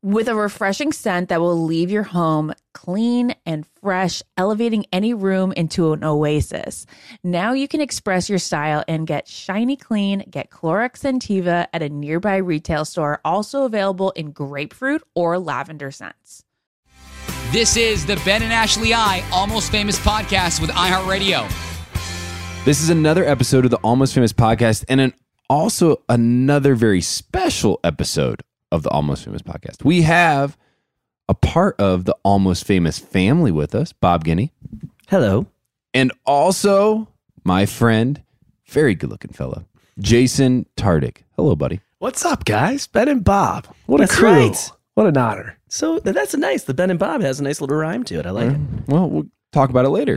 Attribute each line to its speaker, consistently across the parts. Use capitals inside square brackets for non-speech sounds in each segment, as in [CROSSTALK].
Speaker 1: With a refreshing scent that will leave your home clean and fresh, elevating any room into an oasis. Now you can express your style and get shiny clean. Get Clorox Sentiva at a nearby retail store, also available in grapefruit or lavender scents.
Speaker 2: This is the Ben and Ashley I Almost Famous podcast with iHeartRadio.
Speaker 3: This is another episode of the Almost Famous podcast, and an, also another very special episode of the Almost Famous podcast. We have a part of the Almost Famous family with us, Bob Guinea,
Speaker 4: Hello.
Speaker 3: and also my friend, very good looking fellow, Jason Tardick. Hello, buddy.
Speaker 5: What's up, guys? Ben and Bob. What
Speaker 4: That's
Speaker 5: a crew.
Speaker 4: right.
Speaker 5: What an honor.
Speaker 4: So th- that's nice. The Ben and Bob has a nice little rhyme to it. I like it.
Speaker 3: Well, we'll talk about it
Speaker 5: [LAUGHS]
Speaker 3: later.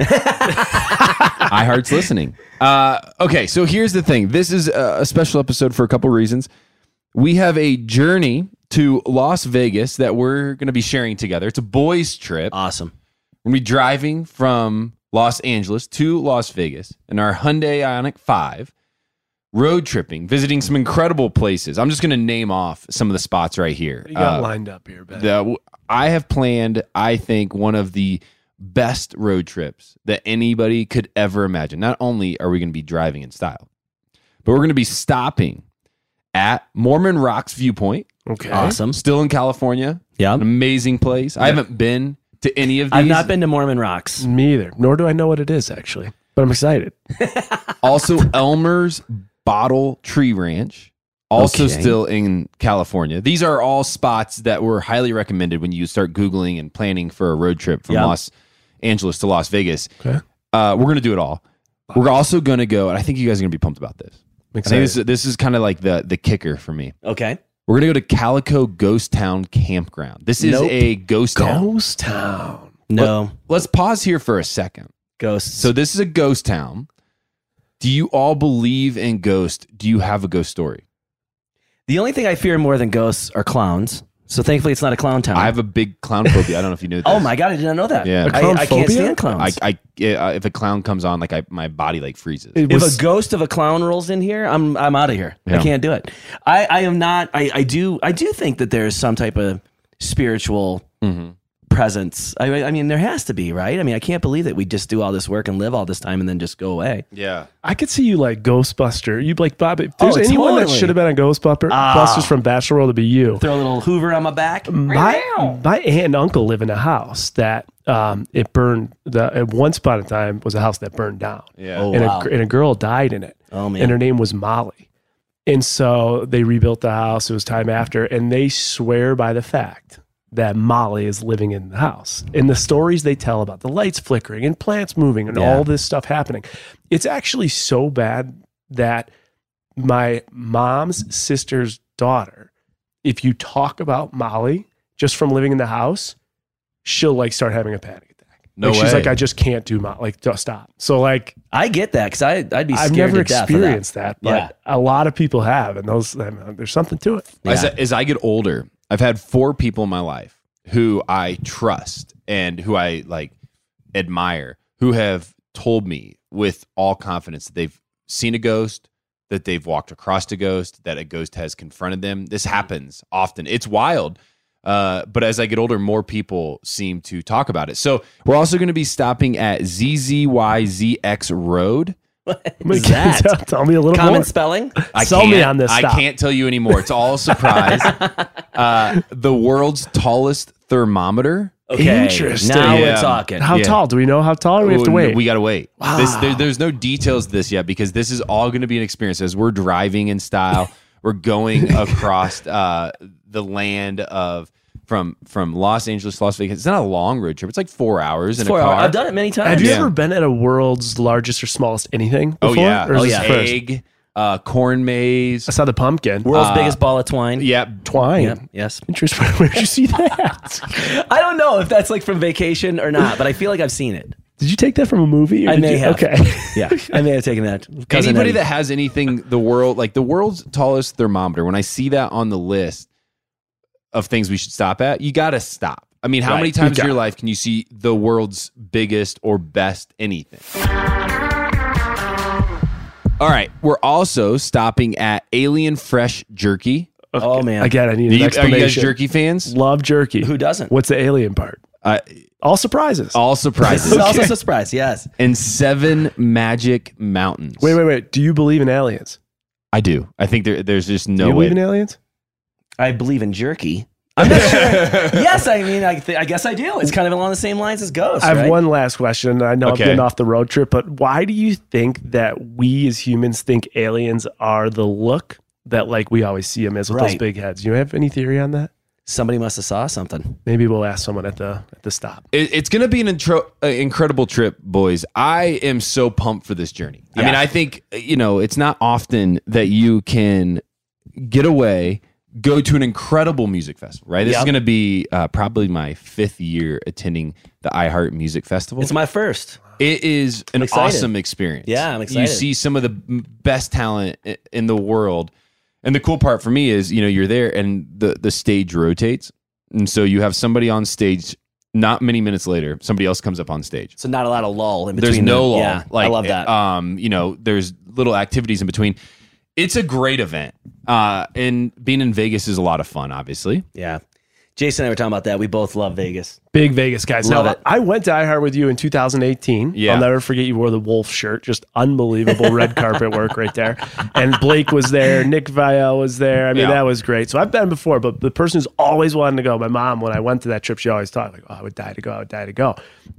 Speaker 3: I heart's listening. Uh, okay, so here's the thing. This is a, a special episode for a couple reasons. We have a journey to Las Vegas that we're going to be sharing together. It's a boys' trip.
Speaker 5: Uh.
Speaker 4: Awesome.
Speaker 3: We're going to be driving from Los Angeles to Las Vegas in our Hyundai Ionic 5, road tripping, visiting some incredible places. I'm just going to name off some of the spots right here.
Speaker 5: What do you got
Speaker 3: Uh,
Speaker 5: lined up here, Ben?
Speaker 3: the, I have planned, I think, one of the best road trips that anybody could ever imagine. Not only are we going to be driving in style, but we're going to be stopping at Mormon Rocks Viewpoint.
Speaker 5: okay.
Speaker 4: Awesome.
Speaker 3: Still in California.
Speaker 4: Yeah.
Speaker 3: An amazing place. I haven't been to any of these.
Speaker 4: I've not been to Mormon Rocks.
Speaker 5: Me either. Nor do I know what it is, actually. But I'm excited.
Speaker 3: Also, Elmer's Bottle Tree Ranch. Also,
Speaker 4: Okay.
Speaker 3: still in California. These are all spots that were highly recommended when you start Googling and planning for a road trip from
Speaker 4: Yeah.
Speaker 3: Los Angeles to Las Vegas.
Speaker 5: Okay.
Speaker 3: Uh, we're going to do it all. We're also going to go, and I think you guys are going to be pumped about this.
Speaker 5: I'm
Speaker 3: I think
Speaker 5: excited.
Speaker 3: this, this is kind of like the, the kicker for me.
Speaker 4: Okay.
Speaker 3: We're going to go to Calico Ghost Town Campground. This is
Speaker 4: Nope.
Speaker 3: a ghost town.
Speaker 5: Ghost Town.
Speaker 4: No.
Speaker 3: Let's pause here for a second.
Speaker 4: Ghosts.
Speaker 3: So this is a ghost town. Do you all believe in ghosts? Do you have a ghost story?
Speaker 4: the only thing I fear more than ghosts are clowns. So thankfully it's not a clown town.
Speaker 3: I have a big clown phobia. I don't know if you knew this.
Speaker 4: [LAUGHS] oh my god, I did not know that.
Speaker 3: Yeah. A
Speaker 4: I, I can't
Speaker 5: clownphobia?
Speaker 4: stand clowns.
Speaker 3: I, I yeah, uh, if a clown comes on, like I, my body like freezes.
Speaker 5: It
Speaker 4: if
Speaker 5: was,
Speaker 4: a ghost of a clown rolls in here, I'm I'm out of here.
Speaker 3: Yeah.
Speaker 4: I can't do it. I, I am not. I, I do I do think that there's some type of spiritual
Speaker 5: Mm-hmm.
Speaker 3: Mhm.
Speaker 4: presence. I I- I mean there has to be right. I mean I can't believe that we just do all this work and live all this time and then just go away.
Speaker 3: Yeah.
Speaker 5: I could see you like Ghostbuster. You like Bob. If there's
Speaker 4: Oh,
Speaker 5: anyone that
Speaker 4: totally.
Speaker 5: should have been on Ghostbusters
Speaker 4: Ah.
Speaker 5: Busters from Bachelor World, it'd be you.
Speaker 4: Throw a little Hoover on my back.
Speaker 5: my my aunt and uncle live in a house that um, it burned. The, at one spot in time was a house that burned down,
Speaker 3: Yeah.
Speaker 4: Oh
Speaker 5: and,
Speaker 4: wow.
Speaker 5: a, gr- and a girl died in it,
Speaker 4: oh man.
Speaker 5: and her name was Molly. And so they rebuilt the house. It was time after, and they swear by the fact that Molly is living in the house. And the stories they tell about the lights flickering and plants moving and
Speaker 4: Yeah.
Speaker 5: all this stuff happening, it's actually so bad that my mom's sister's daughter, if you talk about Molly just from living in the house, she'll like start having a panic attack.
Speaker 3: No
Speaker 5: like,
Speaker 3: way.
Speaker 5: She's like, I just can't do Molly. Like, don't stop. So like,
Speaker 4: I get that because I I'd be
Speaker 5: I've
Speaker 4: scared
Speaker 5: never
Speaker 4: to death of that.
Speaker 5: experienced that. but a lot of people have, and those I mean, there's something to it.
Speaker 3: As,
Speaker 4: Yeah.
Speaker 3: I, as I get older, I've had four people in my life who I trust and who I like admire who have told me with all confidence that they've seen a ghost, that they've walked across a ghost, that a ghost has confronted them. This happens often. It's wild. Uh, but as I get older, more people seem to talk about it. So we're also going to be stopping at ZZYZX Road.
Speaker 5: What is
Speaker 4: that?
Speaker 5: [LAUGHS] Tell, tell me a little
Speaker 4: Common
Speaker 5: more.
Speaker 4: spelling.
Speaker 3: I
Speaker 5: Sell me
Speaker 3: can't-
Speaker 5: on this
Speaker 3: I
Speaker 5: stop.
Speaker 3: can't tell you anymore. It's all a
Speaker 5: [LAUGHS]
Speaker 3: surprise. uh, the world's tallest thermometer.
Speaker 4: Okay.
Speaker 5: Interesting.
Speaker 4: Now
Speaker 3: Yeah.
Speaker 4: we're talking.
Speaker 5: How
Speaker 3: Yeah.
Speaker 5: tall? Do we know how tall? Or Oh, we have to
Speaker 3: Oh,
Speaker 5: wait.
Speaker 3: We got to wait. This, there- there's no details to this yet because this is all going to be an experience as we're driving in
Speaker 5: [LAUGHS]
Speaker 3: style. we're going across uh, the land of from from Los Angeles to Las Vegas. It's not a long road trip. It's like four hours in
Speaker 4: Four
Speaker 3: a car.
Speaker 4: hours. I've done it many times.
Speaker 5: have you
Speaker 3: Yeah.
Speaker 5: ever been at a world's largest or smallest anything? Before?
Speaker 3: Oh yeah.
Speaker 5: Or is
Speaker 3: oh
Speaker 5: this
Speaker 3: yeah.
Speaker 5: the First?
Speaker 3: Egg, uh, corn maze.
Speaker 5: I saw the pumpkin. Uh,
Speaker 4: World's
Speaker 3: Uh,
Speaker 4: biggest ball of twine.
Speaker 3: Yeah,
Speaker 5: Twine.
Speaker 4: Yep. Yes.
Speaker 5: [LAUGHS] Interesting. Where'd you see that?
Speaker 4: [LAUGHS] I don't know if that's like from vacation or not, but I feel like I've seen it.
Speaker 5: Did you take that from a movie? or
Speaker 4: I
Speaker 5: did
Speaker 4: may
Speaker 5: you-
Speaker 4: have.
Speaker 5: Okay.
Speaker 4: Yeah, I may have taken that. Cousin
Speaker 3: Anybody
Speaker 4: Eddie.
Speaker 3: that has anything, the world, like the world's tallest thermometer, when I see that on the list of things we should stop at, you got to stop. I mean, how
Speaker 5: Right.
Speaker 3: many
Speaker 5: You
Speaker 3: times in your
Speaker 5: gotta.
Speaker 3: life can you see the world's biggest or best anything? All right. We're also stopping at Alien Fresh Jerky.
Speaker 4: oh man,
Speaker 5: [LAUGHS] Again, I need
Speaker 3: Do
Speaker 5: an
Speaker 3: you- are
Speaker 5: explanation.
Speaker 3: you guys jerky fans?
Speaker 5: Love jerky.
Speaker 4: who doesn't?
Speaker 5: What's the alien part?
Speaker 3: Uh,
Speaker 5: All surprises.
Speaker 3: all
Speaker 4: This is
Speaker 3: surprises.
Speaker 4: also a surprise. Yes,
Speaker 3: and seven magic mountains.
Speaker 5: wait, wait, wait. Do you believe in aliens?
Speaker 3: I do. I think there, there's just
Speaker 5: Do
Speaker 3: no
Speaker 5: you
Speaker 3: way.
Speaker 5: believe in aliens?
Speaker 4: I believe in jerky. I'm not sure. [LAUGHS] yes, I mean, I, th- I guess I do. It's kind of along the same lines as Ghost.
Speaker 5: I have
Speaker 4: right?
Speaker 5: one last question. I know
Speaker 3: Okay.
Speaker 5: I've been off the road trip, but why do you think that we as humans think aliens are the look that like we always see them as with those
Speaker 4: Right.
Speaker 5: big heads? You have any theory on that?
Speaker 4: Somebody must have saw something.
Speaker 5: Maybe we'll ask someone at the at the stop.
Speaker 3: It, it's going to be an intro, uh, incredible trip, boys. I am so pumped for this journey. I
Speaker 4: Yeah.
Speaker 3: mean, I think, you know, it's not often that you can get away, go to an incredible music festival, right? This is
Speaker 4: Yep.
Speaker 3: going to be uh, probably my fifth year attending the iHeart Music Festival.
Speaker 4: It's my first.
Speaker 3: It is an
Speaker 4: excited.
Speaker 3: awesome experience.
Speaker 4: Yeah, I'm
Speaker 3: You
Speaker 4: excited.
Speaker 3: see some of the m- best talent i- in the world. And the cool part for me is, you know, you're there and the the stage rotates. And so you have somebody on stage not many minutes later, somebody else comes up on stage.
Speaker 4: So not a lot of lull in between.
Speaker 3: There's no
Speaker 4: them.
Speaker 3: law.
Speaker 4: Yeah,
Speaker 3: like,
Speaker 4: I love that.
Speaker 3: Um, you know, there's little activities in between. It's a great event. Uh, and being in Vegas is a lot of fun, obviously.
Speaker 4: yeah, Jason and I were talking about that. We both love Vegas.
Speaker 5: Big Vegas guys.
Speaker 4: Love
Speaker 5: Now,
Speaker 4: it.
Speaker 5: I went to iHeart with you in 2018.
Speaker 3: Yeah.
Speaker 5: I'll never forget you wore the wolf shirt. Just
Speaker 4: [LAUGHS]
Speaker 5: unbelievable red carpet work right there. And Blake was there. Nick Vial was there. I mean,
Speaker 3: Yeah.
Speaker 5: that was great. So I've been before, but the person who's always wanted to go, my mom, when I went to that trip, she always talked like, oh, I would die to go. I would die to go.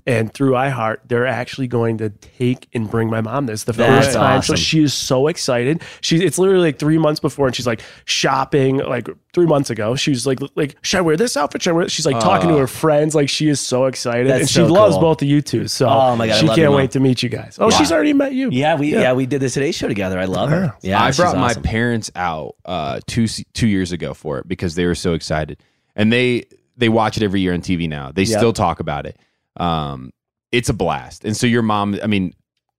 Speaker 5: And through iHeart, they're actually going to take and bring my mom this the
Speaker 4: That's
Speaker 5: first time. So
Speaker 4: awesome.
Speaker 5: she is so excited. She it's literally like three months before, and she's like shopping. Like three months ago, she was like, like should I wear this outfit? Should I wear? This? She's like talking to her friends. Like she is so excited,
Speaker 4: Ah. That's
Speaker 5: and she
Speaker 4: so
Speaker 5: loves
Speaker 4: cool.
Speaker 5: both of you two. So
Speaker 4: Oh my God, I
Speaker 5: she
Speaker 4: love
Speaker 5: can't
Speaker 4: you, Mom.
Speaker 5: wait to meet you guys. Oh, she's already met you.
Speaker 4: Yeah, we yeah, we did the Today Show together. I love her. Yeah,
Speaker 3: I
Speaker 4: she's
Speaker 3: brought
Speaker 4: awesome.
Speaker 3: my parents out uh, two se- two years ago for it because they were so excited, and they they watch it every year on TV now. They
Speaker 4: Yep.
Speaker 3: still talk about it. Um, it's a blast, and so your mom. I mean,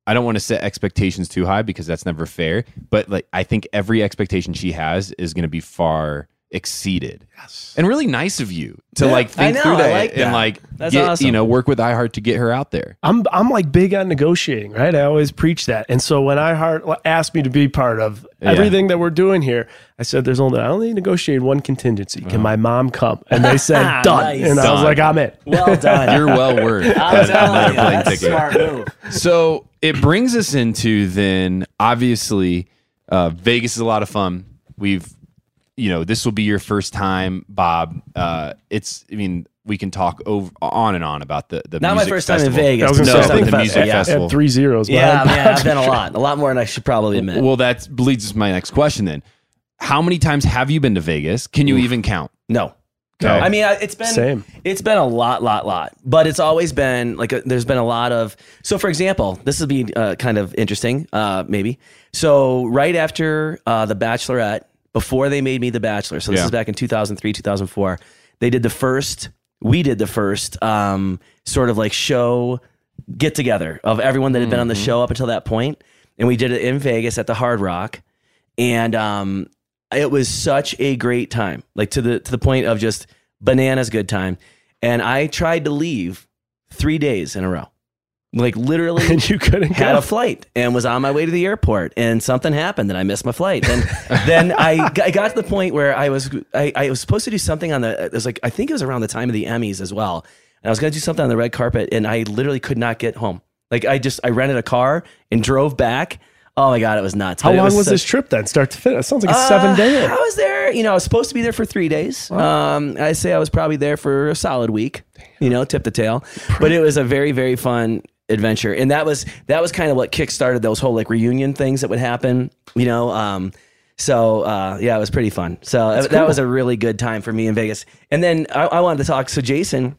Speaker 3: I don't want to set expectations too high because that's never fair. But like, I think every expectation she has is going to be far exceeded. Yes, and really nice of you to
Speaker 4: Yeah,
Speaker 3: like
Speaker 4: I
Speaker 3: think
Speaker 4: know,
Speaker 3: through
Speaker 4: I
Speaker 3: that,
Speaker 4: like
Speaker 3: and
Speaker 4: that.
Speaker 3: like
Speaker 4: That's
Speaker 3: get,
Speaker 4: awesome.
Speaker 3: you know work with iHeart to get her out there.
Speaker 5: I'm I'm like big on negotiating, right? I always preach that. And so when iHeart asked me to be part of everything that we're doing here, I said there's only I only negotiated one contingency. Can my mom come? And they said
Speaker 4: [LAUGHS]
Speaker 5: done.
Speaker 4: Uh-huh. Nice.
Speaker 5: And I was
Speaker 3: Done.
Speaker 5: like, I'm in.
Speaker 4: well
Speaker 3: [LAUGHS]
Speaker 4: done.
Speaker 3: You're well
Speaker 4: [LAUGHS]
Speaker 3: worth [LAUGHS]
Speaker 4: I'm
Speaker 3: another
Speaker 4: telling you,
Speaker 3: plane
Speaker 4: that's a
Speaker 3: ticket.
Speaker 4: smart move.
Speaker 3: So it brings us into then obviously uh, Vegas is a lot of fun. We've you know this will be your first time, Bob. Uh, it's I mean we can talk over on and on about the the
Speaker 4: Not my
Speaker 3: music
Speaker 4: first time in
Speaker 3: festival.
Speaker 4: Vegas.
Speaker 5: I was gonna
Speaker 3: No,
Speaker 5: say,
Speaker 3: it's
Speaker 5: I
Speaker 3: not
Speaker 5: think
Speaker 3: the music
Speaker 5: I had
Speaker 3: festival.
Speaker 5: three zeros.
Speaker 4: Yeah,
Speaker 5: behind
Speaker 4: man, I've been a lot, a lot more than I should probably admit.
Speaker 3: Well, that leads us to my next question then. How many times have you been to Vegas? Can you even count?
Speaker 4: no,
Speaker 3: Okay.
Speaker 4: I mean, I- it's been
Speaker 5: Same.
Speaker 4: It's been a lot, lot, lot, but it's always been like a, there's been a lot of. So, for example, this would be uh, kind of interesting, uh, maybe. So, right after uh, the Bachelorette, before they made me the Bachelor, so this
Speaker 3: Yeah.
Speaker 4: is back in 2003, 2004. They did the first. We did the first um, sort of like show get together of everyone that had been on the show up until that point, and we did it in Vegas at the Hard Rock, and um, it was such a great time like to the to the point of just bananas good time and i tried to leave three days in a row like literally
Speaker 5: [LAUGHS] and you couldn't
Speaker 4: had
Speaker 5: go.
Speaker 4: a flight and was on my way to the airport and something happened and i missed my flight
Speaker 5: [LAUGHS]
Speaker 4: and then I, g- I got to the point where i was I, I was supposed to do something on the it was like i think it was around the time of the emmys as well and i was going to do something on the red carpet and i literally could not get home like i just i rented a car and drove back oh my god it was nuts
Speaker 5: How
Speaker 4: But it
Speaker 5: long was,
Speaker 4: such-
Speaker 5: this trip then? Start to finish. It sounds like a
Speaker 4: uh,
Speaker 5: seven day.
Speaker 4: I was there. You know, I was supposed to be there for three days. Um, I say I was probably there for a solid week. You know, tip the tail, but it was a very very fun adventure, and that was that was kind of what kickstarted those whole like reunion things that would happen. You know, um, so uh, yeah, it was pretty fun. So that was a really good time for me in Vegas. And then I, I wanted to talk. So Jason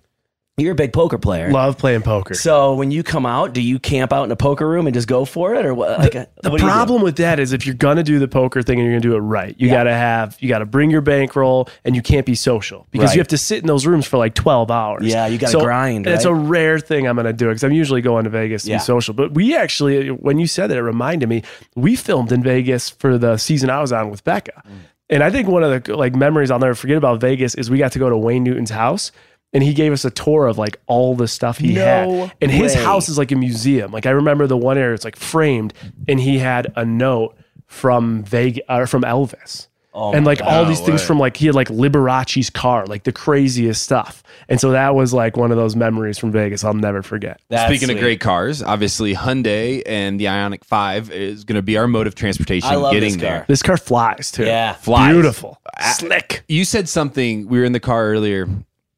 Speaker 4: You're a big poker player.
Speaker 5: Love playing poker.
Speaker 4: So when you come out, do you camp out in a poker room and just go for it, or what? Like, uh,
Speaker 5: the
Speaker 4: what do you do?
Speaker 5: problem with that is if you're gonna do the poker thing and you're gonna do it right, you
Speaker 4: Yeah.
Speaker 5: gotta have you gotta bring your bankroll and you can't be social because
Speaker 4: Right.
Speaker 5: you have to sit in those rooms for like twelve hours.
Speaker 4: Yeah, you gotta grind,
Speaker 5: That's
Speaker 4: right?
Speaker 5: a rare thing I'm gonna do because I'm usually going to Vegas to
Speaker 4: Yeah.
Speaker 5: be social. But we actually, when you said that, it reminded me we filmed in Vegas for the season I was on with Becca,
Speaker 4: Mm.
Speaker 5: and I think one of the like memories I'll never forget about Vegas is we got to go to Wayne Newton's house. And he gave us a tour of like all the stuff he
Speaker 4: No
Speaker 5: had. And his
Speaker 4: way.
Speaker 5: house is like a museum. Like I remember the one area it's like framed, and he had a note from Vegas or from Elvis.
Speaker 4: Oh
Speaker 5: and
Speaker 4: my
Speaker 5: like all these
Speaker 3: No
Speaker 5: things
Speaker 3: way.
Speaker 5: from like he had like Liberace's car, like the craziest stuff. And so that was like one of those memories from Vegas I'll never forget.
Speaker 4: That's
Speaker 3: Speaking
Speaker 4: sweet.
Speaker 3: of great cars, obviously Hyundai and the Ionic 5 is going to be our mode of transportation
Speaker 4: I love
Speaker 3: getting
Speaker 4: this car.
Speaker 3: there.
Speaker 5: This car flies too.
Speaker 4: yeah,
Speaker 3: Flies.
Speaker 5: Beautiful.
Speaker 3: I-
Speaker 5: Slick.
Speaker 3: You said something. We were in the car earlier.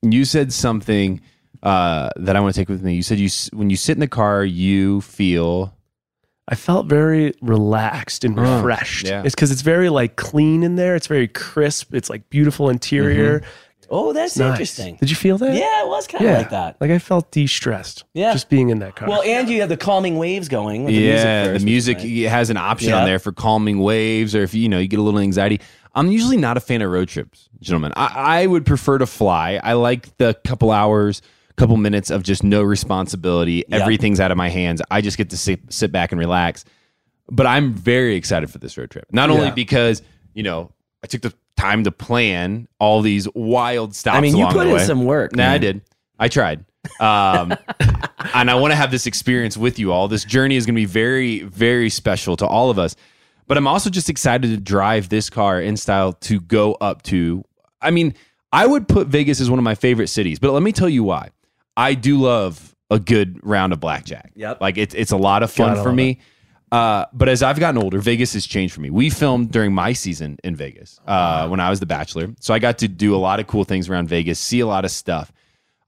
Speaker 3: and You said something uh, that I want to take with me. You said you s- when you sit in the car, you feel
Speaker 5: I felt very relaxed and
Speaker 3: Mm,
Speaker 5: refreshed.
Speaker 3: yeah.
Speaker 5: It's because it's very like clean in there. It's very crisp. It's like beautiful interior.
Speaker 4: oh, that's
Speaker 5: Nice.
Speaker 4: interesting.
Speaker 5: Did you feel that?
Speaker 4: Yeah, it was kind of
Speaker 5: Yeah.
Speaker 4: like that.
Speaker 5: Like I felt de stressed.
Speaker 4: Yeah.
Speaker 5: Just being in that car.
Speaker 4: Well, and you have the calming waves going. With
Speaker 3: yeah.
Speaker 4: the music, first,
Speaker 3: the music
Speaker 4: which is nice.
Speaker 3: it has an option
Speaker 4: Yeah.
Speaker 3: on there for calming waves, or if you know you get a little anxiety. I'm usually not a fan of road trips, gentlemen. I, I would prefer to fly. I like the couple hours, couple minutes of just no responsibility.
Speaker 4: Yeah.
Speaker 3: Everything's out of my hands. I just get to sit, sit back and relax. but I'm very excited for this road trip. Not only
Speaker 5: Yeah.
Speaker 3: because you know I took the time to plan all these wild stops.
Speaker 4: I mean, you
Speaker 3: along
Speaker 4: put
Speaker 3: the
Speaker 4: in
Speaker 3: way.
Speaker 4: some work.
Speaker 3: Nah, I
Speaker 4: man.
Speaker 3: did. I tried, um, and I want to have this experience with you all. This journey is going to be very, very special to all of us. But I'm also just excited to drive this car in style to go up to. I mean, I would put Vegas as one of my favorite cities, but let me tell you why. I do love a good round of blackjack.
Speaker 4: Yep.
Speaker 3: Like it's it's a lot of fun
Speaker 5: Gotta
Speaker 3: for
Speaker 5: love
Speaker 3: me. Uh, but as I've gotten older, Vegas has changed for me. We filmed during my season in Vegas uh, when I was the Bachelor, so I got to do a lot of cool things around Vegas, see a lot of stuff.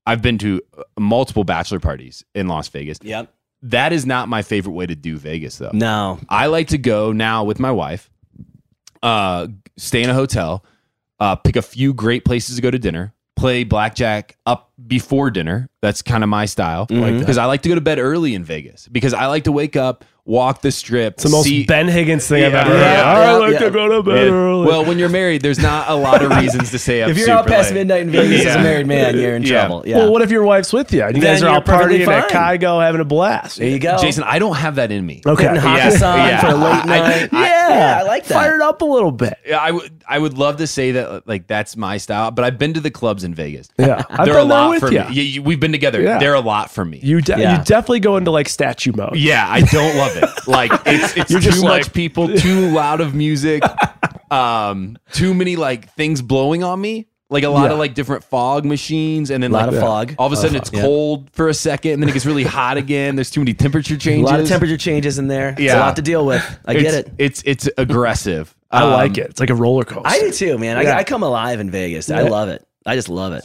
Speaker 3: I've been to uh, multiple bachelor parties in Las Vegas.
Speaker 4: Yep.
Speaker 3: That is not my favorite way to do Vegas, though.
Speaker 4: No.
Speaker 3: I like to go now with my wife, uh, stay in a hotel, uh, pick a few great places to go to dinner, play blackjack up before dinner. That's kind of my style
Speaker 5: Mm-hmm.
Speaker 4: Mhm.
Speaker 3: because I like to go to bed early in Vegas because I like to wake up, walk the strip.
Speaker 5: It's the most
Speaker 3: see-
Speaker 5: Ben Higgins thing I've
Speaker 3: Yeah.
Speaker 5: ever heard.
Speaker 4: Yeah,
Speaker 5: I
Speaker 4: yeah,
Speaker 5: like
Speaker 4: yeah.
Speaker 5: to go to bed
Speaker 3: Man,
Speaker 5: early.
Speaker 3: [LAUGHS] Well, when you're married, there's not a lot of reasons to stay up.
Speaker 4: If you're
Speaker 3: super
Speaker 4: out past
Speaker 3: late.
Speaker 4: midnight in Vegas as a
Speaker 3: Yeah.
Speaker 4: married man, you're in
Speaker 3: Yeah.
Speaker 4: trouble. Yeah.
Speaker 5: Well, what if your wife's with you? and You
Speaker 4: Then
Speaker 5: guys are all
Speaker 4: you're perfectly
Speaker 5: partying at
Speaker 4: fine.
Speaker 5: Kygo having a blast.
Speaker 4: there you go.
Speaker 3: Jason, I don't have that in me.
Speaker 5: Okay.
Speaker 4: Putting
Speaker 5: Yeah.
Speaker 4: hockey on
Speaker 3: Yeah.
Speaker 4: for a late night.
Speaker 5: yeah.
Speaker 4: I like that.
Speaker 5: Fired up a little bit.
Speaker 3: Yeah, I would I would love to say that like that's my style, but I've been to the clubs in Vegas.
Speaker 5: Yeah. I've
Speaker 3: They're a
Speaker 5: been there
Speaker 3: lot
Speaker 5: with
Speaker 3: for
Speaker 5: you.
Speaker 3: me. Yeah, you- we've been together.
Speaker 5: Yeah.
Speaker 3: They're a lot for me.
Speaker 5: You, de-
Speaker 4: Yeah.
Speaker 5: you definitely go into like statue mode.
Speaker 3: Yeah, I don't love it. [LAUGHS] Like it's it's
Speaker 5: You're
Speaker 3: too
Speaker 5: just
Speaker 3: much
Speaker 5: like-
Speaker 3: people, too loud of music, um, too many like things blowing on me. Like a lot
Speaker 5: Yeah.
Speaker 3: of like different fog machines, and then
Speaker 4: Lot
Speaker 3: like
Speaker 4: of fog.
Speaker 3: All of a
Speaker 4: Lot of
Speaker 3: sudden,
Speaker 4: fog,
Speaker 3: it's
Speaker 4: yeah.
Speaker 3: cold for a second, and then it gets really hot again. There's too many temperature
Speaker 4: a
Speaker 3: changes.
Speaker 4: lot of temperature changes in there. It's a
Speaker 3: Yeah.
Speaker 4: lot to deal with. I
Speaker 3: It's,
Speaker 4: get it.
Speaker 3: It's it's aggressive.
Speaker 5: I
Speaker 3: Um,
Speaker 5: like it. It's like a roller coaster.
Speaker 4: I do too, man. I,
Speaker 5: Yeah.
Speaker 4: I come alive in Vegas. I
Speaker 5: Yeah.
Speaker 4: love it. I just love it.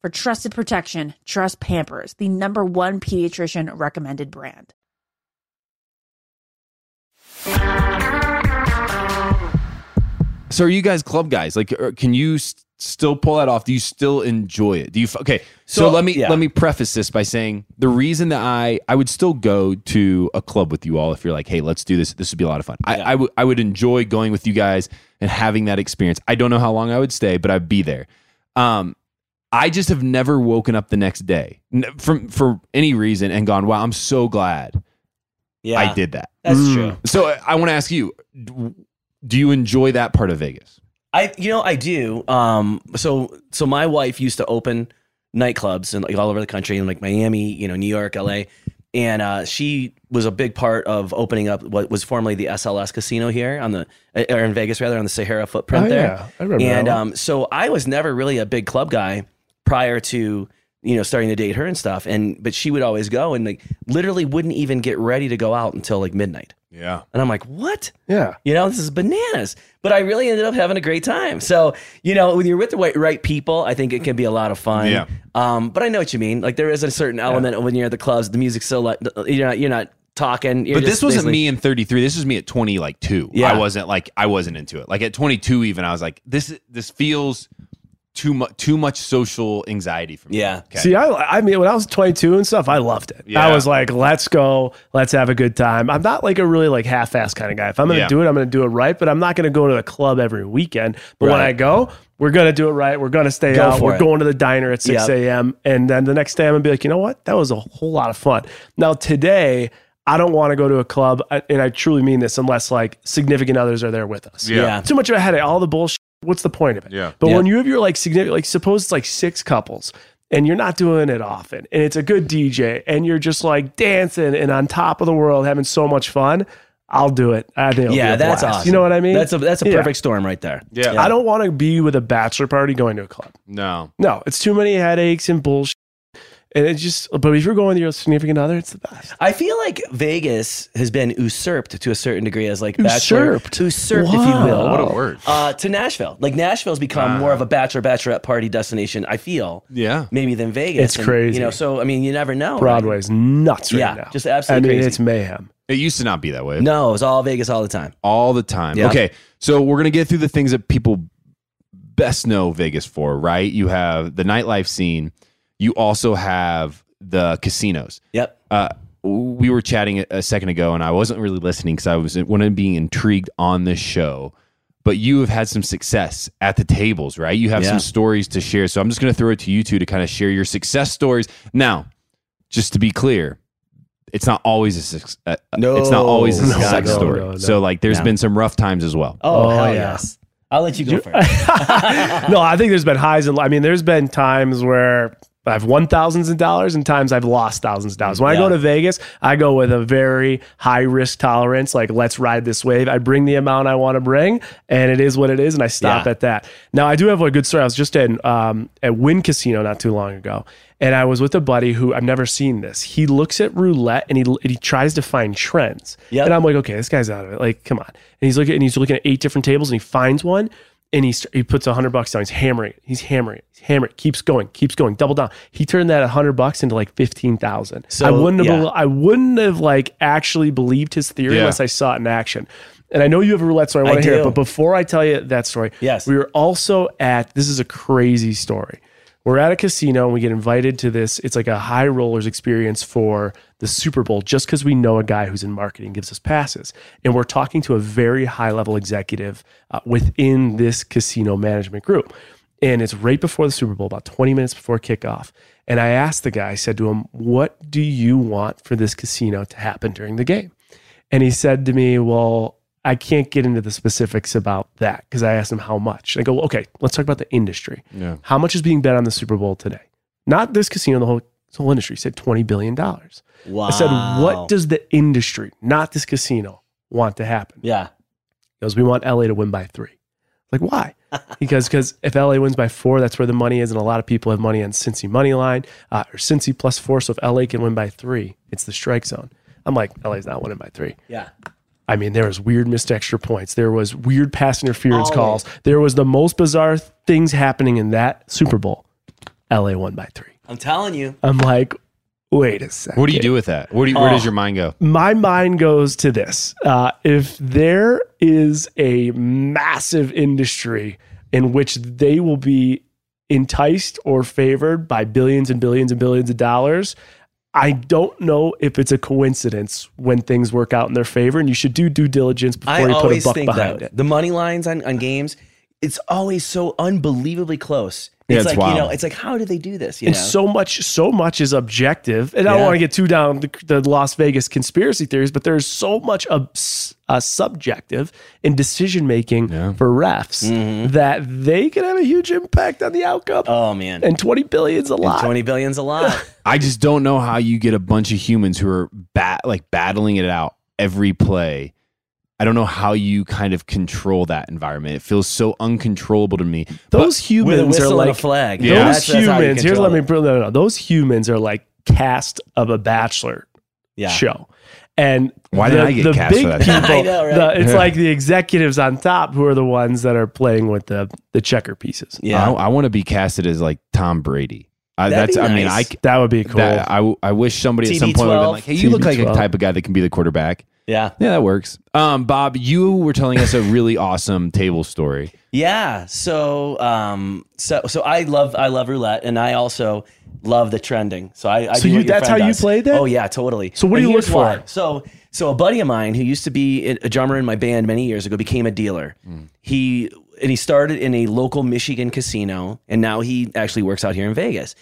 Speaker 1: For trusted protection, trust Pampers, the number one pediatrician recommended brand.
Speaker 3: So, are you guys club guys? Like, er, can you s still pull that off? Do you still enjoy it? Do you? F- okay, so,
Speaker 4: So,
Speaker 3: let me
Speaker 4: yeah.
Speaker 3: let me preface this by saying the reason that I I would still go to a club with you all if you're like, hey, let's do this. This would be a lot of fun. I I would I would enjoy going with you guys and having that experience. I don't know how long I would stay, but I'd be there. Um, I just have never woken up the next day n- from for any reason and gone, wow, I'm so glad
Speaker 4: Yeah,
Speaker 3: I did that.
Speaker 4: That's
Speaker 5: Mm.
Speaker 4: true.
Speaker 3: So I want to ask you, d- do you enjoy that part of Vegas?
Speaker 4: I you know I do. Um, so so my wife used to open nightclubs and like all over the country in like Miami, you know, New York, LA, and uh, she was a big part of opening up what was formerly the SLS casino here on the eh, or in Vegas rather on the Sahara footprint
Speaker 5: Oh,
Speaker 4: there.
Speaker 5: yeah. I remember.
Speaker 4: And
Speaker 5: that one.
Speaker 4: um, so I was never really a big club guy prior to you know starting to date her and stuff. And but she would always go and like literally wouldn't even get ready to go out until like midnight.
Speaker 3: Yeah.
Speaker 4: And I'm like, what?
Speaker 5: yeah.
Speaker 4: You know, this is bananas. But I really ended up having a great time. So you know, when you're with the right, right people, I think it can be a lot of fun.
Speaker 3: Yeah.
Speaker 4: Um, but I know what you mean. Like there is a certain element of when you're at the clubs, the music's so like you're not you're not talking. You're
Speaker 3: but this
Speaker 4: just
Speaker 3: wasn't
Speaker 4: basically-
Speaker 3: me in 33. This was me at 20, like two.
Speaker 4: Yeah.
Speaker 3: I wasn't like I wasn't into it. Like at 22, even I was like, this this feels too much too much social anxiety for me.
Speaker 4: Yeah.
Speaker 3: Okay.
Speaker 5: See, I, I mean, when I was 22 and stuff, I loved it.
Speaker 3: Yeah.
Speaker 5: I was like, let's go, let's have a good time. I'm not like a really like half-ass kind of guy. If I'm going to
Speaker 3: Yeah.
Speaker 5: do it, I'm going to do it right, but I'm not going to go to the club every weekend. But when
Speaker 4: Right.
Speaker 5: I go, we're going to do it right. We're going to stay
Speaker 4: Go
Speaker 5: out.
Speaker 4: for
Speaker 5: We're
Speaker 4: it.
Speaker 5: going to the diner at 6
Speaker 4: Yep.
Speaker 5: a.m. And then the next day I'm going to be like, you know what? That was a whole lot of fun. Now today, I don't want to go to a club, I- and I truly mean this, unless like significant others are there with us.
Speaker 3: Yeah.
Speaker 4: yeah.
Speaker 5: Too much of a headache, all the bullshit. What's the point of it?
Speaker 3: Yeah.
Speaker 5: But
Speaker 4: Yeah.
Speaker 5: when you have your like significant, like suppose it's like six couples and you're not doing it often and it's a good DJ and you're just like dancing and on top of the world having so much fun, I'll do it. I think it'll be
Speaker 4: Yeah,
Speaker 5: a
Speaker 4: that's
Speaker 5: blast.
Speaker 4: awesome.
Speaker 5: You know what I mean?
Speaker 4: That's a that's a
Speaker 5: Yeah.
Speaker 4: perfect storm right there.
Speaker 3: Yeah.
Speaker 5: I don't want to be with a bachelor party going to a club.
Speaker 3: No.
Speaker 5: No, it's too many headaches and bullshit. And it's just, but if you're going with your significant other, it's the best.
Speaker 4: I feel like Vegas has been usurped to a certain degree as like bachelor,
Speaker 5: Usurped?
Speaker 4: usurped if you will,
Speaker 5: Wow.
Speaker 3: What a word. Ah.
Speaker 4: uh, to Nashville. Like Nashville's become more of a bachelor bachelorette party destination. I feel
Speaker 3: Yeah.
Speaker 4: maybe than Vegas.
Speaker 5: It's crazy.
Speaker 4: you know. So I mean, you never know. right?
Speaker 5: Broadway's nuts right
Speaker 4: Yeah,
Speaker 5: now.
Speaker 4: just absolutely
Speaker 5: I mean,
Speaker 4: crazy.
Speaker 5: it's mayhem.
Speaker 3: It used to not be that way.
Speaker 4: No, it's all Vegas all the time.
Speaker 3: All the time.
Speaker 4: Yeah.
Speaker 3: Okay. So we're gonna get through the things that people best know Vegas for, right? You have the nightlife scene. You also have the casinos.
Speaker 4: Yep.
Speaker 3: uh, we were chatting a, a second ago, and I wasn't really listening because I was when I'm being intrigued on this show. But you have had some success at the tables, right? You have
Speaker 4: Yeah.
Speaker 3: some stories to share. So I'm just going to throw it to you two to kind of share your success stories. Now, just to be clear, it's not always a success. Uh,
Speaker 4: No.
Speaker 3: it's not always a
Speaker 5: No,
Speaker 3: success
Speaker 5: no,
Speaker 3: story.
Speaker 5: no, no.
Speaker 3: So like, there's
Speaker 4: No.
Speaker 3: been some rough times as well.
Speaker 4: Oh,
Speaker 5: Oh,
Speaker 4: hell
Speaker 5: yeah.
Speaker 4: yes. I'll let you go first.
Speaker 5: no, I think there's been highs and low. I mean, there's been times where I've won thousands of dollars and times I've lost thousands of dollars. When I
Speaker 4: Yeah.
Speaker 5: go to Vegas, I go with a very high risk tolerance. Like, let's ride this wave. I bring the amount I want to bring, and it is what it is, and I stop
Speaker 4: Yeah.
Speaker 5: at that. Now, I do have a good story. I was just in um, at Wynn Casino not too long ago, and I was with a buddy who I've never seen this. He looks at roulette and he and he tries to find trends.
Speaker 4: Yep.
Speaker 5: And I'm like, okay, this guy's out of it. Like, come on. And he's looking and he's looking at eight different tables and he finds one and he st- he puts a hundred bucks down. He's hammering it. He's hammering it. He's hammering it. Keeps going. Keeps going. Double down. He turned that hundred bucks into like fifteen thousand.
Speaker 4: So,
Speaker 5: So I wouldn't have
Speaker 4: yeah.
Speaker 5: bel- I wouldn't have like actually believed his theory
Speaker 3: Yeah.
Speaker 5: unless I saw it in action. And I know you have a roulette, so I want to hear
Speaker 4: do.
Speaker 5: it. But before I tell you that story,
Speaker 4: Yes.
Speaker 5: we were also at this is a crazy story. We're at a casino and we get invited to this. It's like a high rollers experience for the Super Bowl just because we know a guy who's in marketing gives us passes. And we're talking to a very high level executive uh, within this casino management group. And it's right before the Super Bowl, about 20 minutes before kickoff. And I asked the guy, I said to him, What do you want for this casino to happen during the game? And he said to me, Well, I can't get into the specifics about that because I asked him how much. I go, well, Okay, let's talk about the industry.
Speaker 3: Yeah.
Speaker 5: How much is being bet on the Super Bowl today? Not this casino, the whole, the whole industry He said $20 billion.
Speaker 4: Wow.
Speaker 5: [LAUGHS] I said, What does the industry, not this casino, want to happen?
Speaker 4: Yeah.
Speaker 5: He goes, We want LA to win by three. Like, why? Because because if LA wins by four, that's where the money is, and a lot of people have money on Cincy money line uh, or Cincy plus four. So if LA can win by three, it's the strike zone. I'm like, LA's not winning by three.
Speaker 4: Yeah.
Speaker 5: I mean, there was weird missed extra points. There was weird pass interference
Speaker 4: Always.
Speaker 5: calls. There was the most bizarre things happening in that Super Bowl. LA won by three.
Speaker 4: I'm telling you.
Speaker 5: I'm like, wait a second.
Speaker 3: What do you do with that? Where do you, where
Speaker 5: Oh.
Speaker 3: does your mind go?
Speaker 5: My mind goes to this. Uh, if there is a massive industry in which they will be enticed or favored by billions and billions and billions of dollars, I don't know if it's a coincidence when things work out in their favor, and you should do due diligence before
Speaker 4: I
Speaker 5: you put a
Speaker 4: always
Speaker 5: buck
Speaker 4: think
Speaker 5: behind
Speaker 4: that
Speaker 5: it.
Speaker 4: the money lines on, on games, it's always so unbelievably close.
Speaker 3: Yeah,
Speaker 4: it's,
Speaker 3: it's
Speaker 4: like
Speaker 3: wild.
Speaker 4: you know, it's like how do they do this? You
Speaker 5: and
Speaker 4: know,
Speaker 5: so much so much is objective and i don't
Speaker 4: Yeah.
Speaker 5: want to get too down the, the las vegas conspiracy theories but there's so much obs- uh, subjective in decision making
Speaker 3: Yeah.
Speaker 5: for refs
Speaker 4: Mhm.
Speaker 5: that they can have a huge impact on the outcome
Speaker 4: oh man,
Speaker 5: and 20 billion's a lot
Speaker 4: twenty billion's a
Speaker 5: [LAUGHS]
Speaker 4: lot.
Speaker 3: I just don't know how you get a bunch of humans who are bat like battling it out every play. I don't know how you kind of control that environment. It feels so uncontrollable to me.
Speaker 5: those
Speaker 4: With a
Speaker 5: humans are
Speaker 4: whistle and a
Speaker 5: like
Speaker 4: flag.
Speaker 3: Yeah.
Speaker 5: those
Speaker 4: That's- that's how you
Speaker 5: humans here's
Speaker 4: control
Speaker 5: let me
Speaker 4: it.
Speaker 5: no, no, no. those humans are like cast of a bachelor
Speaker 4: Yeah.
Speaker 5: show. And
Speaker 3: Why did I get cast for that?
Speaker 4: [LAUGHS] I know, right?
Speaker 5: the- it's
Speaker 3: Yeah.
Speaker 5: like the executives on top who are the ones that are playing with the the checker pieces.
Speaker 3: Yeah,
Speaker 4: Yeah.
Speaker 3: I, want to be casted as like Tom Brady. I,
Speaker 4: That'd
Speaker 3: that's.
Speaker 4: be
Speaker 3: I mean, I.
Speaker 4: nice.
Speaker 3: c-
Speaker 5: That would be cool.
Speaker 3: That, I, w- I wish somebody at some point would have been
Speaker 4: TB12.
Speaker 3: like, "Hey, you look like a
Speaker 5: TB12.
Speaker 3: type of guy that can be the quarterback."
Speaker 4: Yeah.
Speaker 3: Yeah, that works. Um, Bob, you were telling us a really awesome table story.
Speaker 4: Yeah. So um so so I love I love roulette and I also love the trending. So I, I
Speaker 5: So
Speaker 4: do
Speaker 5: you-
Speaker 4: what your
Speaker 5: that's
Speaker 4: friend
Speaker 5: how you
Speaker 4: does.
Speaker 5: played that?
Speaker 4: Oh yeah, totally.
Speaker 5: So what do
Speaker 4: And
Speaker 5: you look
Speaker 4: here's why.
Speaker 5: for?
Speaker 4: So so a buddy of mine who used to be a a drummer in my band many years ago became a dealer. He and he started in a local Michigan casino and now he actually works out here in Vegas.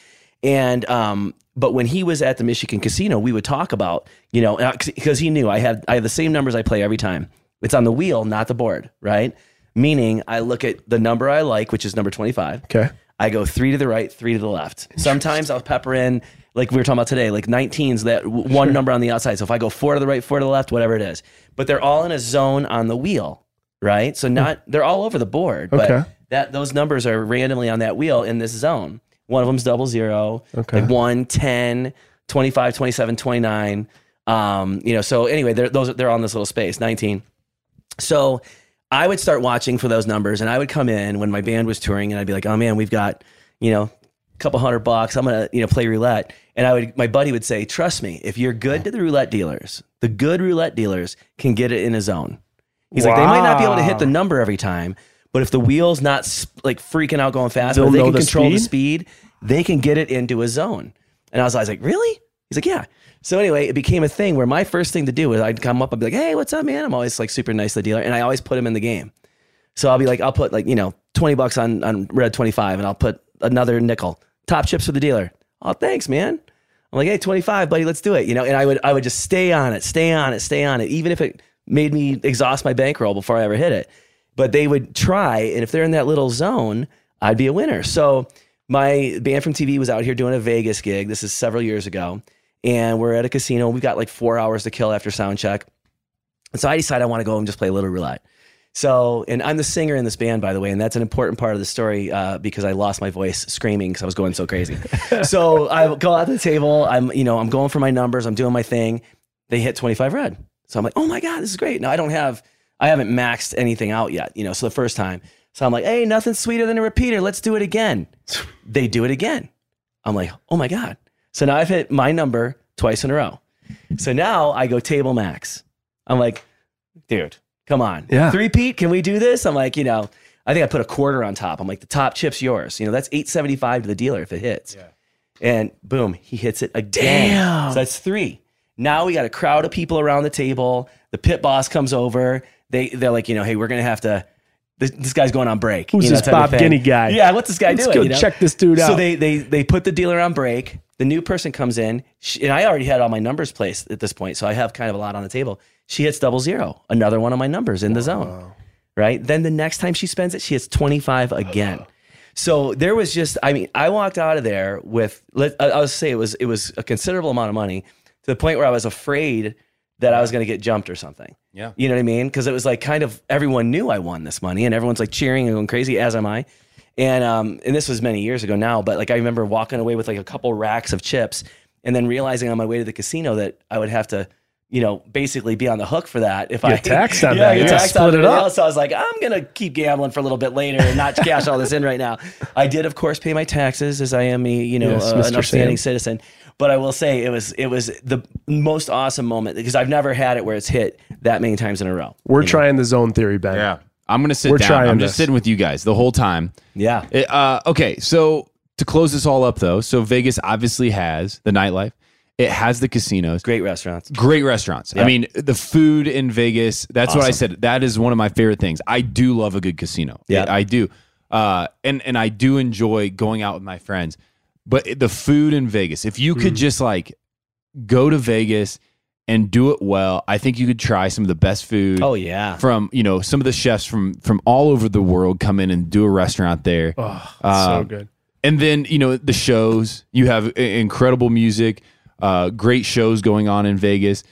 Speaker 4: And um but when he was at the Michigan casino, we would talk about, you know, because he knew I had I had the same numbers I play every time. It's on the wheel, not the board, right? Meaning I look at the number I like, which is number 25.
Speaker 5: okay.
Speaker 4: I go three to the right, three to the left. Sometimes I'll pepper in, like we were talking about today, like 19s, that w- one number on the outside. So if I go four to the right, four to the left, whatever it is. But they're all in a zone on the wheel, right? So not, they're all over the board, but
Speaker 5: Hmm. Okay.
Speaker 4: that those numbers are randomly on that wheel in this zone. One of them's double zero,
Speaker 5: Okay.
Speaker 4: like one, 10, 25, 27, 29. Um, you know, so anyway, they're, those, they're on this little space, 19. So I would start watching for those numbers and I would come in when my band was touring and I'd be like, oh man, we've got, you know, a couple hundred bucks. I'm going to, you know, play roulette. And I would, my buddy would say, trust me, if you're good to the roulette dealers, the good roulette dealers can get it in a zone. He's like, they might not be able to hit the
Speaker 5: Wow.
Speaker 4: number every time, but if the wheel's not s- like freaking out going fast,
Speaker 5: They'll
Speaker 4: but they
Speaker 5: know
Speaker 4: can
Speaker 5: the
Speaker 4: control the speed, they can get it into a zone. And I was, I was like, really? He's like, yeah. So anyway, it became a thing where my first thing to do was I'd come up, I'd be like, hey, what's up, man? I'm always like super nice to the dealer, and I always put him in the game. So I'll be like, I'll put like, you know, 20 bucks on, on red 25 and I'll put another nickel. Top chips for the dealer. Oh, thanks, man. I'm like, hey, 25, buddy, let's do it. You know, and I would I would just stay on it, stay on it, stay on it, even if it made me exhaust my bankroll before I ever hit it. But they would try, and if they're in that little zone, I'd be a winner. So my band from TV was out here doing a Vegas gig. This is several years ago. And we're at a casino. We've got like four hours to kill after sound check. And so I decided I want to go and just play a little roulette. So, and I'm the singer in this band, by the way, and that's an important part of the story uh, because I lost my voice screaming because I was going so crazy. so I go out to the table. I'm, you know, I'm going for my numbers. I'm doing my thing. They hit 25 red. So I'm like, oh my god, this is great. Now I don't have, I haven't maxed anything out yet. You know, so the first time, so I'm like, hey, nothing sweeter than a repeater. Let's do it
Speaker 5: [LAUGHS]
Speaker 4: again. They do it again. I'm like, oh my god. So now I've hit my number twice in a row. So now I go table max. I'm like, dude, come on.
Speaker 5: Yeah.
Speaker 4: Three Pete, can we do this? I'm like, you know, I think I put a quarter on top. I'm like, the top chip's yours. You know, that's 875 to the dealer if it hits. And boom, he hits it again.
Speaker 5: Damn.
Speaker 4: So that's three. Now we got a crowd of people around the table. The pit boss comes over. They they're like, you know, hey, we're gonna have to. This, this guy's going on break.
Speaker 5: Who's
Speaker 4: you know,
Speaker 5: this
Speaker 4: type of
Speaker 5: Bob
Speaker 4: thing.
Speaker 5: Guinea guy?
Speaker 4: Yeah, what's this guy
Speaker 5: Let's
Speaker 4: doing?
Speaker 5: go
Speaker 4: you know?
Speaker 5: check this dude
Speaker 4: So
Speaker 5: out.
Speaker 4: they they they put the dealer on break. The new person comes in, she, and I already had all my numbers placed at this point, so I have kind of a lot on the table. She hits double zero, another one of my numbers in the zone. Right then, the next time she spends it, she hits twenty five again. So there was just, I mean, I walked out of there with, let, I- I'll say it was, it was a considerable amount of money to the point where I was afraid that I was going to get jumped or something.
Speaker 3: Yeah.
Speaker 4: You know what I mean? Cause it was like kind of, everyone knew I won this money and everyone's like cheering and going crazy as am I. And, um, and this was many years ago now, but like, I remember walking away with like a couple racks of chips and then realizing on my way to the casino that I would have to, you know, basically be on the hook for that if I
Speaker 5: Get taxed
Speaker 4: [LAUGHS]
Speaker 5: on
Speaker 4: yeah,
Speaker 5: that.
Speaker 4: get
Speaker 5: You gotta
Speaker 4: taxed on
Speaker 5: split it
Speaker 4: everything
Speaker 5: up.
Speaker 4: else. So I was like, I'm gonna keep gambling for a little bit later and not cash all this in right now. I did, of course, pay my taxes as I am a you know
Speaker 5: Yes,
Speaker 4: uh, an
Speaker 5: Mr.
Speaker 4: upstanding
Speaker 5: Sam.
Speaker 4: citizen. But I will say it was it was the most awesome moment because I've never had it where it's hit that many times in a row.
Speaker 5: We're trying the zone theory, Ben.
Speaker 3: Yeah, I'm gonna sit
Speaker 5: We're
Speaker 3: down.
Speaker 5: trying
Speaker 3: I'm just
Speaker 5: this.
Speaker 3: sitting with you guys the whole time.
Speaker 4: Yeah,
Speaker 3: It, uh, okay, so to close this all up though, so Vegas obviously has the nightlife. It has the casinos.
Speaker 4: great restaurants.
Speaker 3: Great restaurants. I mean, the food in Vegas, that's what I said. That is one of my favorite things. I do love a good casino.
Speaker 4: Yeah.
Speaker 3: I, I do. Uh, and and I do enjoy going out with my friends, but the food in Vegas. If you could
Speaker 5: Mm.
Speaker 3: just like go to Vegas and do it well, I think you could try some of the best food
Speaker 4: Oh yeah.
Speaker 3: from you know some of the chefs from from all over the world come in and do a restaurant there.
Speaker 5: Oh,
Speaker 3: Uh,
Speaker 5: so good.
Speaker 3: and then you know the shows you have i- incredible music uh, great shows going on in vegas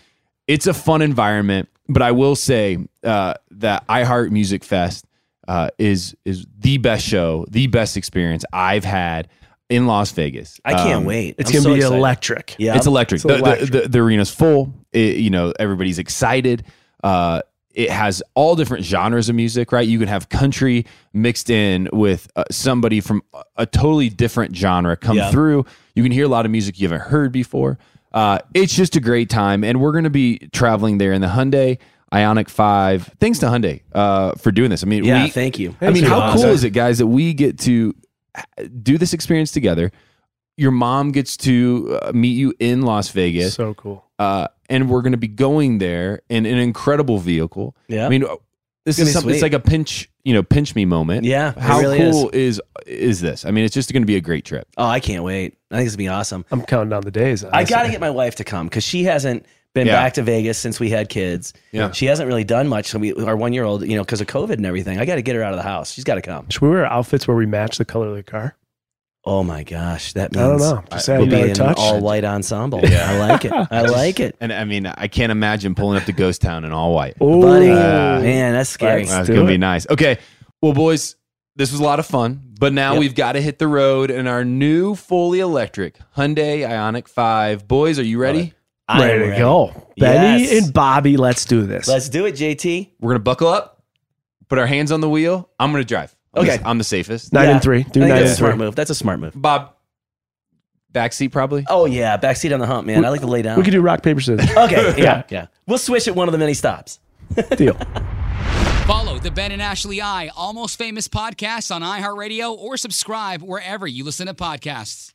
Speaker 3: it's a fun environment but i will say uh, that iheart music fest uh, is is the best show the best experience i've had in las vegas
Speaker 4: I can't
Speaker 3: Um,
Speaker 4: wait.
Speaker 5: It's
Speaker 4: I'm
Speaker 5: gonna
Speaker 4: so
Speaker 5: be
Speaker 4: excited.
Speaker 5: electric.
Speaker 4: Yeah.
Speaker 3: it's electric.
Speaker 5: It's
Speaker 3: The- the, the, the arena's full. It- you know, everybody's excited. Uh, it has all different genres of music, right? You can have country mixed in with uh, somebody from a- a totally different genre come
Speaker 4: Yeah.
Speaker 3: through. You can hear a lot of music you haven't heard before. Uh, it's just a great time, and we're going to be traveling there in the Hyundai Ionic Five. Thanks to Hyundai uh, for doing this. I mean,
Speaker 4: yeah.
Speaker 3: we,
Speaker 4: thank you.
Speaker 3: I mean,
Speaker 5: you,
Speaker 3: how
Speaker 5: Gonzo.
Speaker 3: cool is it, guys, that we get to uh, do this experience together? Your mom gets to uh, meet you in Las Vegas,
Speaker 5: So cool.
Speaker 3: uh, and we're going to be going there in an incredible vehicle.
Speaker 4: Yeah.
Speaker 3: I mean, uh, this
Speaker 4: Gonna
Speaker 3: is
Speaker 4: be
Speaker 3: something. It's
Speaker 4: sweet.
Speaker 3: like a pinch, you know, pinch me moment.
Speaker 4: yeah. it
Speaker 3: How
Speaker 4: really is.
Speaker 3: cool is. is this? I mean, it's just going to be a great trip.
Speaker 4: Oh, I can't wait. I think it's gonna be awesome.
Speaker 5: I'm counting down the days.
Speaker 4: I
Speaker 5: honestly.
Speaker 4: got to get my wife to come because she hasn't been
Speaker 3: Yeah.
Speaker 4: back to Vegas since we had kids.
Speaker 3: Yeah.
Speaker 4: She hasn't really done much. So we, our one year old, you know, because of COVID and everything, I got to get her out of the house. She's got to come.
Speaker 5: Should we wear outfits where we match the color of the car?
Speaker 4: Oh my gosh, that
Speaker 5: I don't
Speaker 4: means
Speaker 5: know. Just
Speaker 3: I-
Speaker 5: add
Speaker 4: we'll be
Speaker 5: a better
Speaker 4: in an
Speaker 5: touch.
Speaker 4: all white ensemble. I like it.
Speaker 3: [LAUGHS]
Speaker 4: I like it,
Speaker 3: And I mean, I can't imagine pulling up to Ghost Town in all white.
Speaker 5: Ooh.
Speaker 4: buddy.
Speaker 3: Uh,
Speaker 4: Man, that's scary.
Speaker 5: Let's
Speaker 3: That's
Speaker 5: do
Speaker 3: gonna be
Speaker 5: it.
Speaker 3: nice. Okay. Well, boys, this was a lot of fun, but now
Speaker 4: Yep.
Speaker 3: we've got to hit the road in our new fully electric Hyundai Ionic 5. Boys, are you ready?
Speaker 4: I'm
Speaker 5: ready, to go. Benny
Speaker 4: Yes.
Speaker 5: and Bobby, let's do this.
Speaker 4: Let's do it, JT.
Speaker 3: We're going to buckle up, put our hands on the wheel. I'm going to drive. I'm
Speaker 4: Okay.
Speaker 3: the- I'm the safest.
Speaker 5: nine
Speaker 4: Yeah.
Speaker 5: and three. Do
Speaker 4: I think
Speaker 5: nine
Speaker 4: that's a
Speaker 5: and three.
Speaker 4: smart move. That's a smart move.
Speaker 3: Bob, backseat probably.
Speaker 4: Oh yeah, backseat on the hump, man. I like to lay down.
Speaker 5: We could do rock, paper, scissors. [LAUGHS]
Speaker 4: okay, yeah, yeah. We'll switch at one of the many stops.
Speaker 5: Deal.
Speaker 2: Follow the Ben and Ashley I Almost Famous podcast on iHeartRadio or subscribe wherever you listen to podcasts.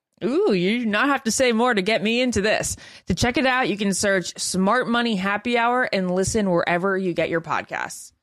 Speaker 1: Ooh, you do not have to say more to get me into this. To check it out, you can search Smart Money Happy Hour and listen wherever you get your podcasts.